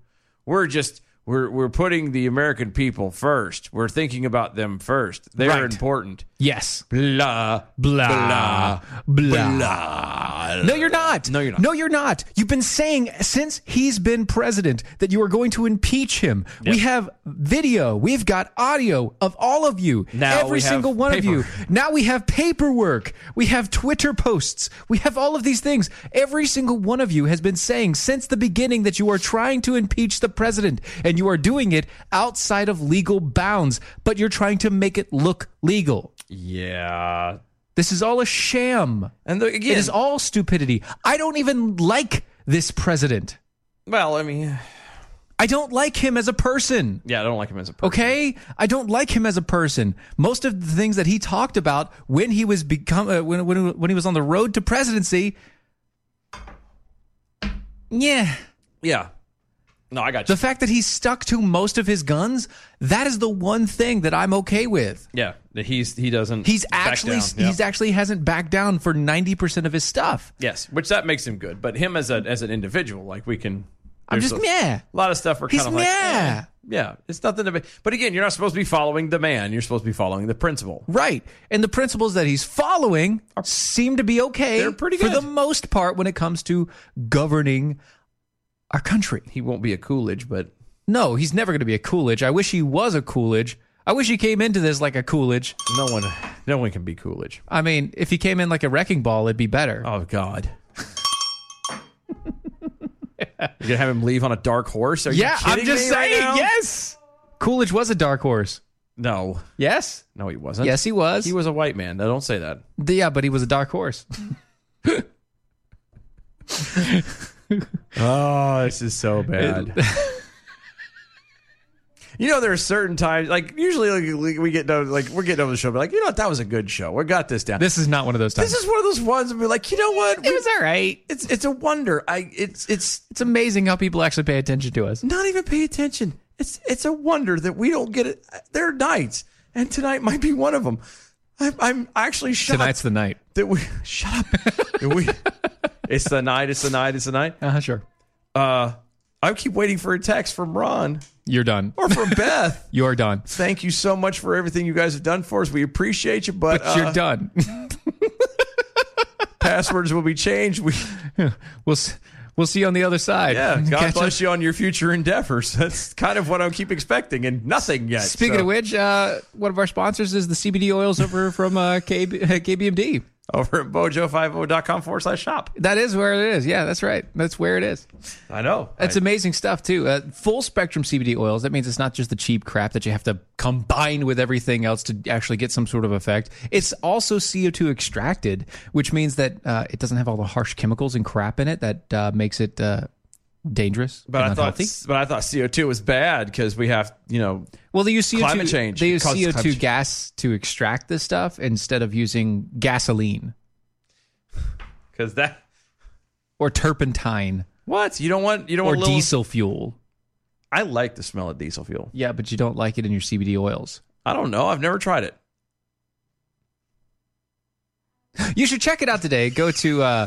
We're just we're we're putting the American people first. We're thinking about them first. They're Right. important." Yes. Blah Blah. Blah. blah. No, you're not. No, you're not. No, you're not. You've been saying since he's been president that you are going to impeach him. We have video. We've got audio of all of you. Now every we have single one of you. paper. Now we have paperwork. We have Twitter posts. We have all of these things. Every single one of you has been saying since the beginning that you are trying to impeach the president and you are doing it outside of legal bounds, but you're trying to make it look legal. Yeah. This is all a sham. And the, again, It is all stupidity. I don't even like this president. well, I mean, I don't like him as a person. yeah, I don't like him as a person. Okay, I don't like him as a person. Most of the things that he talked about when he was become uh, when, when when he was on the road to presidency, yeah, Yeah. No, I got you. the fact that he stuck to most of his guns, that is the one thing that I'm okay with. Yeah, that he's he doesn't. He's back actually down. Yeah. he's actually hasn't backed down for ninety percent of his stuff. yes, which that makes him good. But him as a as an individual, like we can. I'm there's just a, meh. A lot of stuff we're kind He's of like meh. eh, yeah, it's nothing to be. But again, you're not supposed to be following the man. You're supposed to be following the principle. Right. And the principles that he's following seem to be okay They're pretty for the good. most part when it comes to governing our country. He won't be a Coolidge, but No, he's never going to be a Coolidge. I wish he was a Coolidge. I wish he came into this like a Coolidge. no one no one can be Coolidge. I mean, if he came in like a wrecking ball, it'd be better. Oh God. You're gonna have him leave on a dark horse? Are yeah, you I'm kidding just me right saying. now? yes. Coolidge was a dark horse. No, Yes. no, he wasn't. Yes, he was. He was a white man. No, don't say that. Yeah, but he was a dark horse. Oh, this is so bad. you know, there are certain times, like usually, like, we get done, like we're getting over the show, but like you know, what? that was a good show. We got this down. This, this is not one of those times. is one of those ones where we're like, you know what? We- it was all right. it's it's a wonder. I it's it's It's amazing how people actually pay attention to us. not even pay attention. It's it's a wonder that we don't get it. There are nights, and tonight might be one of them. I'm, I'm actually shocked Tonight's the night. that we shut up. That we, it's the night. It's the night. It's the night. Uh, sure. Uh, I keep waiting for a text from Ron You're done. or from Beth. You're done. thank you so much for everything you guys have done for us. We appreciate you, but, But you're uh, done. passwords will be changed. We, we'll s- we'll see you on the other side. yeah, God Catch bless us. you on your future endeavors. That's kind of what I keep expecting, and nothing yet. Speaking so. of which, uh, one of our sponsors is the CBD oils over from uh, KB, KBMD. over at bojo50.com forward slash shop. That is where it is. Yeah, that's right. That's where it is. I know. It's I- amazing stuff too. Uh, full spectrum CBD oils. That means it's not just the cheap crap that you have to combine with everything else to actually get some sort of effect. It's also CO2 extracted, which means that uh, it doesn't have all the harsh chemicals and crap in it that uh, makes it uh, dangerous. But and I thought, unhealthy. but I thought CO two was bad because we have, you know, Well, they use CO2, climate change. They use Causes CO2 climate change. gas to extract this stuff instead of using gasoline because that or turpentine what you don't want, you don't or want a little- diesel fuel. I like the smell of diesel fuel. Yeah, but you don't like it in your CBD oils. I don't know. I've never tried it. You should check it out today. Go to uh,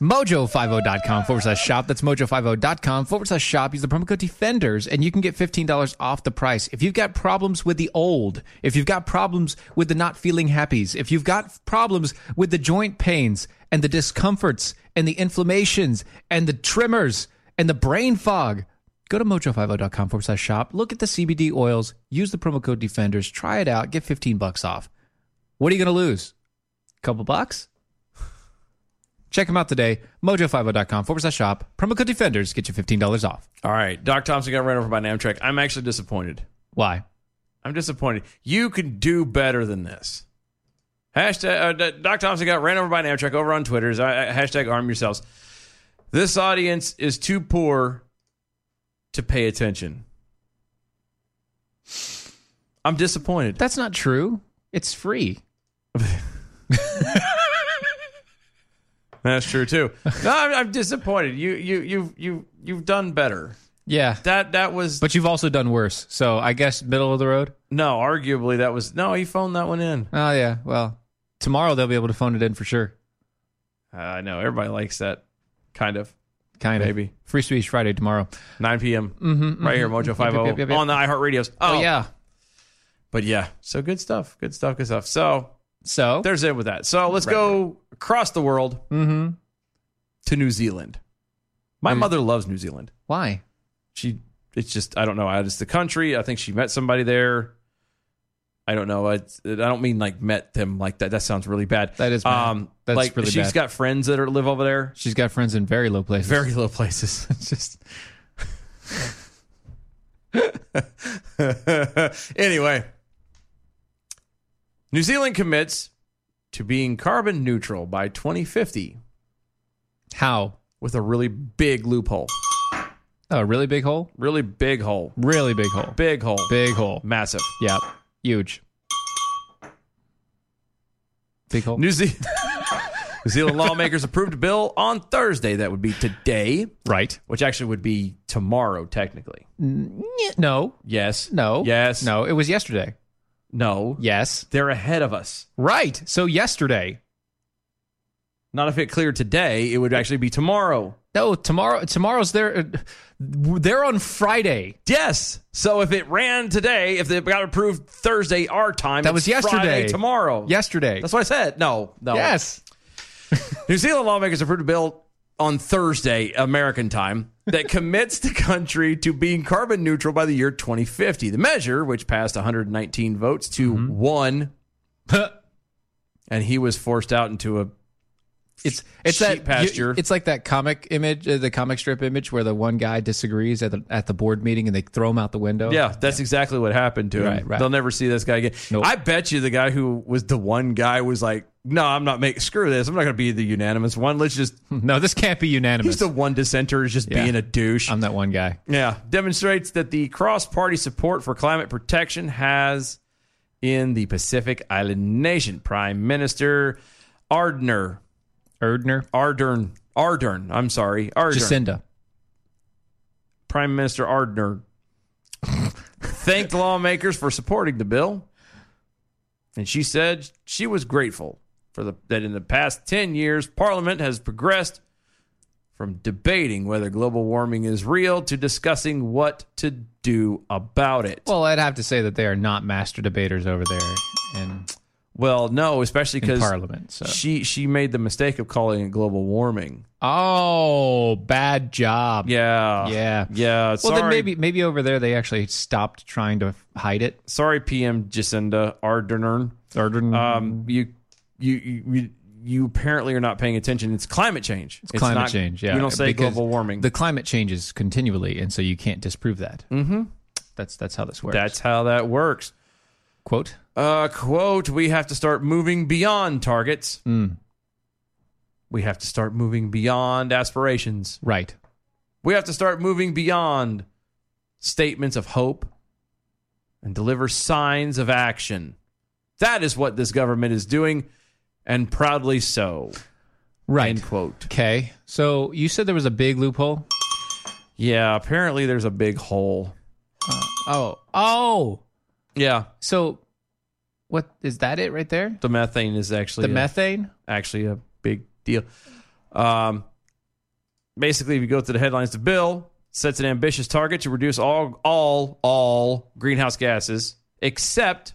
mojo50.com forward slash shop. That's mojo50.com forward slash shop. Use the promo code Defenders, and you can get $15 off the price. If you've got problems with the old, if you've got problems with the not feeling happies, if you've got problems with the joint pains and the discomforts and the inflammations and the tremors and the brain fog, Go to mojo50.com forward slash shop. Look at the CBD oils. Use the promo code Defenders. Try it out. Get 15 bucks off. What are you going to lose? couple bucks. Check them out today. Mojo50.com forward slash shop. Promo code Defenders get you $15 off. All right, Doc Thompson got ran over by Namtrak. I'm actually disappointed. Why? I'm disappointed. You can do better than this. Hashtag uh, D- Doc Thompson got ran over by Namtrak over on Twitter. Is, uh, hashtag arm yourselves. This audience is too poor to pay attention. I'm disappointed. That's not true. It's free. That's true too. No, I'm, I'm disappointed. You you you you you've done better. Yeah. That that was But you've also done worse. So I guess middle of the road. no. Arguably, that was no. You phoned that one in. Oh, yeah. Well, tomorrow they'll be able to phone it in for sure. Uh, I know everybody likes that. Kind of. Kind of. Maybe. Free Speech Friday tomorrow. 9 p.m. Mhm, right mhm. here, Mojo Yep, Five O yep, yep, yep. on the iHeart Radios. Oh, Oh, yeah. but yeah. So good stuff. Good stuff. Good stuff. So So there's it with that. So let's go across the world Mm-hmm. to New Zealand. My Mm. mother loves New Zealand. Why? She. It's just I don't know. I just the country. I think she met somebody there. I don't know. I, I don't mean like met them like that. That sounds really bad. Um, That is bad. That's like really she's bad. got friends that are, live over there. She's got friends in very low places. Very low places. Just anyway, New Zealand commits to being carbon neutral by 2050 how? with a really big loophole. A really big hole? Really big hole. Really big hole. Big hole. Big hole. Massive. Yep. Huge. Big hole. New, Ze- New Zealand lawmakers approved a bill on Thursday. That would be today, right. which actually would be tomorrow, technically. No. Yes. No. Yes. No. It was yesterday. No. Yes. They're ahead of us. Right. So yesterday. Not if it cleared today, it would actually be tomorrow. No, tomorrow tomorrow's there uh, they're on Friday. Yes. So if it ran today, if it got approved Thursday our time, That it's was yesterday. Friday, tomorrow. Yesterday. That's what I said. No, no. yes. New Zealand lawmakers approved a bill on Thursday, American time, that commits the country to being carbon neutral by the year 2050. The measure, which passed 119 votes to Mm-hmm. one, and he was forced out into a It's it's Sheep that you- pasture. it's like that comic image, uh, the comic strip image where the one guy disagrees at the, at the board meeting and they throw him out the window. Yeah, that's exactly what happened to him. Right, right. They'll never see this guy again. Nope. I bet you the guy who was the one guy was like, "No, I'm not making screw this. I'm not going to be the unanimous one. Let's just." No, this can't be unanimous. He's the one dissenter is just Yeah. being a douche. I'm that one guy. yeah, demonstrates that the cross-party support for climate protection has in the Pacific Island nation. Prime Minister Ardner, Erdner. Ardern, Ardern. I'm sorry, Ardern. Jacinda. Prime Minister Ardner thanked lawmakers for supporting the bill. And she said she was grateful for the that in the past 10 years parliament has progressed from debating whether global warming is real to discussing what to do about it. Well, Well, I'd have to say that they are not master debaters over there in, no, especially in cuz Parliament. So. she she made the mistake of calling it global warming. oh, bad job. Yeah. Yeah. Yeah, Well, sorry. then maybe maybe over there they actually stopped trying to hide it. sorry PM Jacinda Ardern. Or didn't- Um, you, you, you, you apparently are not paying attention. It's climate change. It's climate not- change. Yeah, we don't say because global warming. The climate changes continually, and so you can't disprove that. mm-hmm. That's that's how this works. That's how that works. Quote. Uh, quote. We have to start moving beyond targets. Mm. We have to start moving beyond aspirations. Right. We have to start moving beyond statements of hope and deliver signs of action. That is what this government is doing, and proudly so. Right. End quote. Okay. So you said there was a big loophole. Yeah. Apparently, there's a big hole. Oh. Oh. Yeah. So, what is that? It right there. The methane is actually The a- methane? Actually, a big deal. Um, basically, if you go through the headlines, the bill sets an ambitious target to reduce all all all greenhouse gases except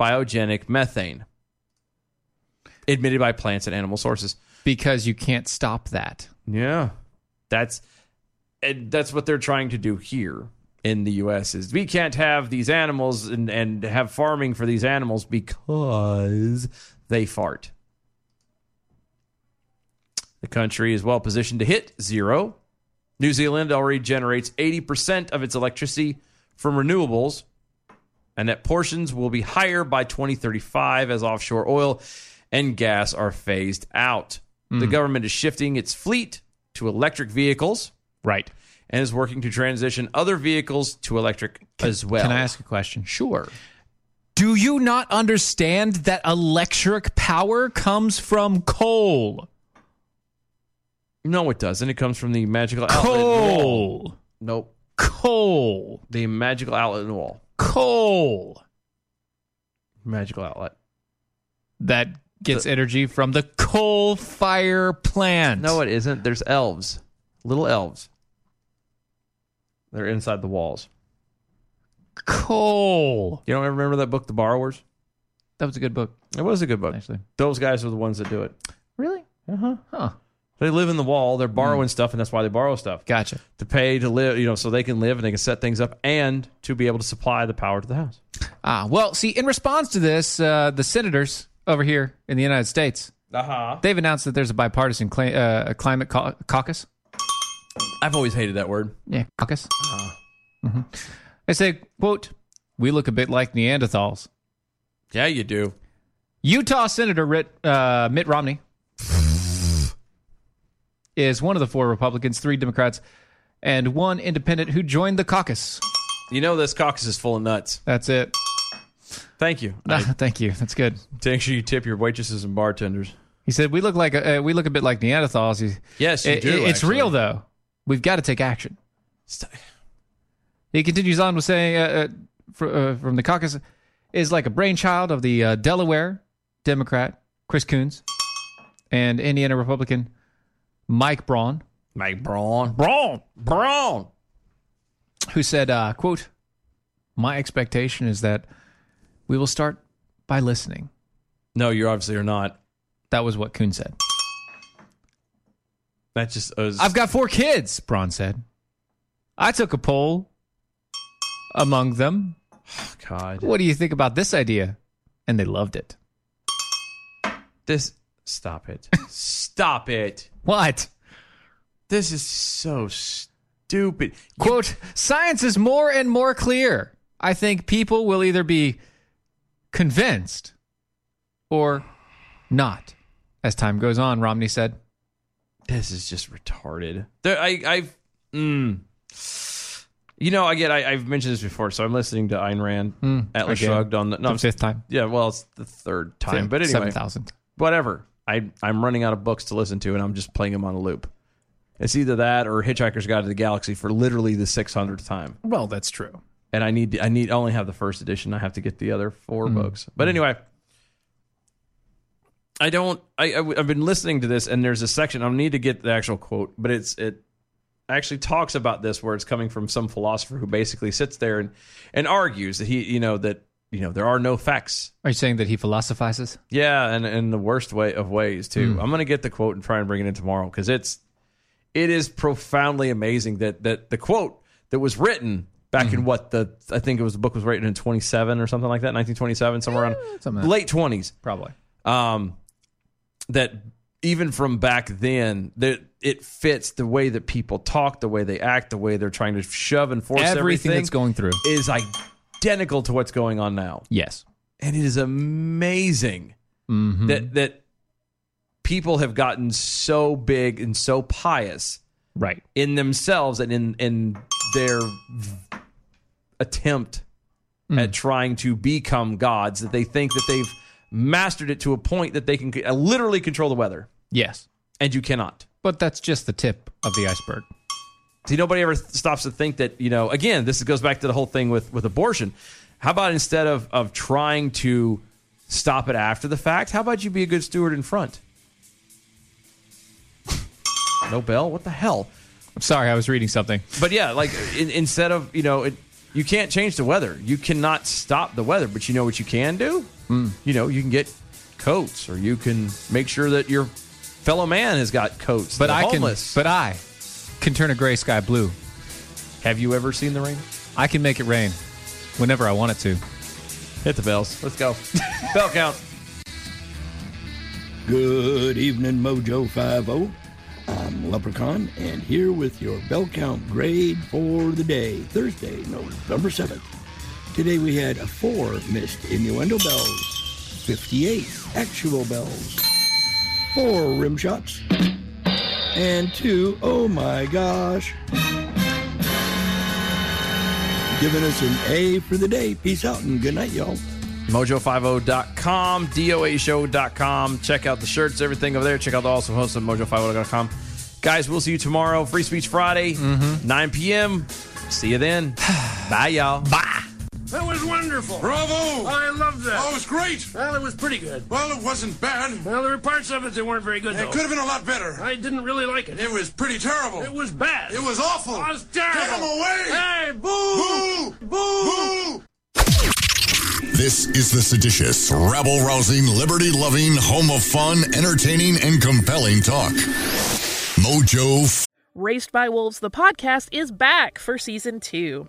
biogenic methane emitted by plants and animal sources. Because you can't stop that. Yeah, that's and that's what they're trying to do here in the U.S. Is we can't have these animals and and have farming for these animals because they fart. The country is well positioned to hit zero. New Zealand already generates 80% of its electricity from renewables, and that portions will be higher by 2035 as offshore oil and gas are phased out. The Hmm. government is shifting its fleet to electric vehicles. Right. And is working to transition other vehicles to electric as well. Can I ask a question? Sure. Do you not understand that electric power comes from coal? No, it doesn't. It comes from the Oh, magical outlet and wall. Coal. Nope. Coal. The magical outlet and wall. Coal. Magical outlet. That gets energy from the coal fire plant. No, it isn't. There's elves, little elves. They're inside the walls. coal. You don't ever remember that book, The Borrowers? That was a good book, It was a good book. actually. Those guys are the ones that do it. Really? Uh huh. Huh. They live in the wall. They're borrowing stuff, and that's why they borrow stuff Gotcha. to pay to live. You know, so they can live and they can set things up, and to be able to supply the power to the house. Ah, well, see, in response to this, uh, the senators over here in the United States, Uh huh. they've announced that there's a bipartisan cla- uh, a climate cau- caucus. I've always hated that word. Yeah, caucus. Mhm. They say, quote, we look a bit like Neanderthals. Yeah, you do. Utah Senator Rit, uh, Mitt Romney is one of the four Republicans, three Democrats, and one independent who joined the caucus. You know this caucus is full of nuts. That's it. Thank you. Ah, I- thank you. That's good. make sure you tip your waitresses and bartenders. He said, "We look like uh, we look a bit like Neanderthals." He- Yes, you It- do, it- it's actually. real though. We've got to take action. He continues on with saying, uh, uh, fr- uh, "From the caucus is like a brainchild of the uh, Delaware Democrat Chris Coons and Indiana Republican Mike Braun, Mike Braun. Braun, Braun. who said, uh, "quote My expectation is that we will start by listening." No, you obviously are not. That was what Coons said. That just uh, is I've got four kids, Braun said. I took a poll among them. God. What do you think about this idea? And they loved it. This stop it. stop it. What? This is so stupid. Quote Science is more and more clear. I think people will either be convinced or not as time goes on, Romney said. This is just retarded. There, I, I've, mm. you know, again, I, I've mentioned this before, so I'm listening to Ayn Rand, Mm, Atlas again. Shrugged on the, no, The I'm- fifth time. Yeah, well, it's the third time, but anyway, 7,000. whatever. I, I'm running out of books to listen to, and I'm just playing them on a loop. It's either that or Hitchhiker's Guide to the Galaxy for literally the 600th time. Well, that's true. and I need I need I only have the first edition. I have to get the other four books. But anyway, I don't. I, I have been listening to this, and there's a section I need to get the actual quote, but it's it actually talks about this where it's coming from some philosopher who basically sits there and and argues that he you know that you know there are no facts. Are you saying that he philosophizes? Yeah, and in the worst way of ways Hmm. too. I'm gonna get the quote and try and bring it in tomorrow because it's it is profoundly amazing that that the quote that was written back Hmm. in what the I think it was the book was written in 27 or something like that, 1927, somewhere around something like that. late 20s. Probably. Um, that even from back then that it fits the way that people talk, the way they act, the way they're trying to shove and force Everything everything, that's going through. is identical to what's going on now. Yes. And it is amazing Mhm. that that people have gotten so big and so pious right in themselves and in in their attempt at trying to become gods that they think that they've mastered it to a point that they can c- uh, literally control the weather Yes. and you cannot But that's just the tip of the iceberg. See, nobody ever th- stops to think that you know. Again, this goes back to the whole thing with with abortion. How about instead of of trying to stop it after the fact, how about you be a good steward in front? no bell. What the hell? I'm sorry, I was reading something. But yeah, like in, instead of you know, it, you can't change the weather. You cannot stop the weather, but you know what you can do. You know, you can get coats, or you can make sure that your fellow man has got coats. But the I homeless. can. But I can turn a gray sky blue. Have you ever seen the rain? I can make it rain whenever I want it to. Hit the bells. Let's go. Bell count. Good evening, Mojo 50. I'm Leprechaun, and here with your bell count grade for the day, Thursday, November 7th. Today we had a 4 missed innuendo bells, 58 actual bells, 4 rim shots, and 2 oh my gosh. Giving us an A for the day. Peace out and good night, y'all. Mojo50.com, DOAshow.com. Check out the shirts, everything over there. Check out the awesome hosts of Mojo50.com. Guys, we'll see you tomorrow. Free Speech Friday, 9 p.m. See you then. Bye, y'all. Bye. That was wonderful. Bravo! I loved that. Oh, it was great. Well, it was pretty good. Well, it wasn't bad. Well, there were parts of it that weren't very good. It though. could have been a lot better. I didn't really like it. It was pretty terrible. It was bad. It was awful. It was terrible. Get him away! Hey, boo! Boo! Boo! This is the seditious, rabble rousing, liberty loving, home of fun, entertaining, and compelling talk. Mojo Raised by Wolves, the podcast, is back for season two.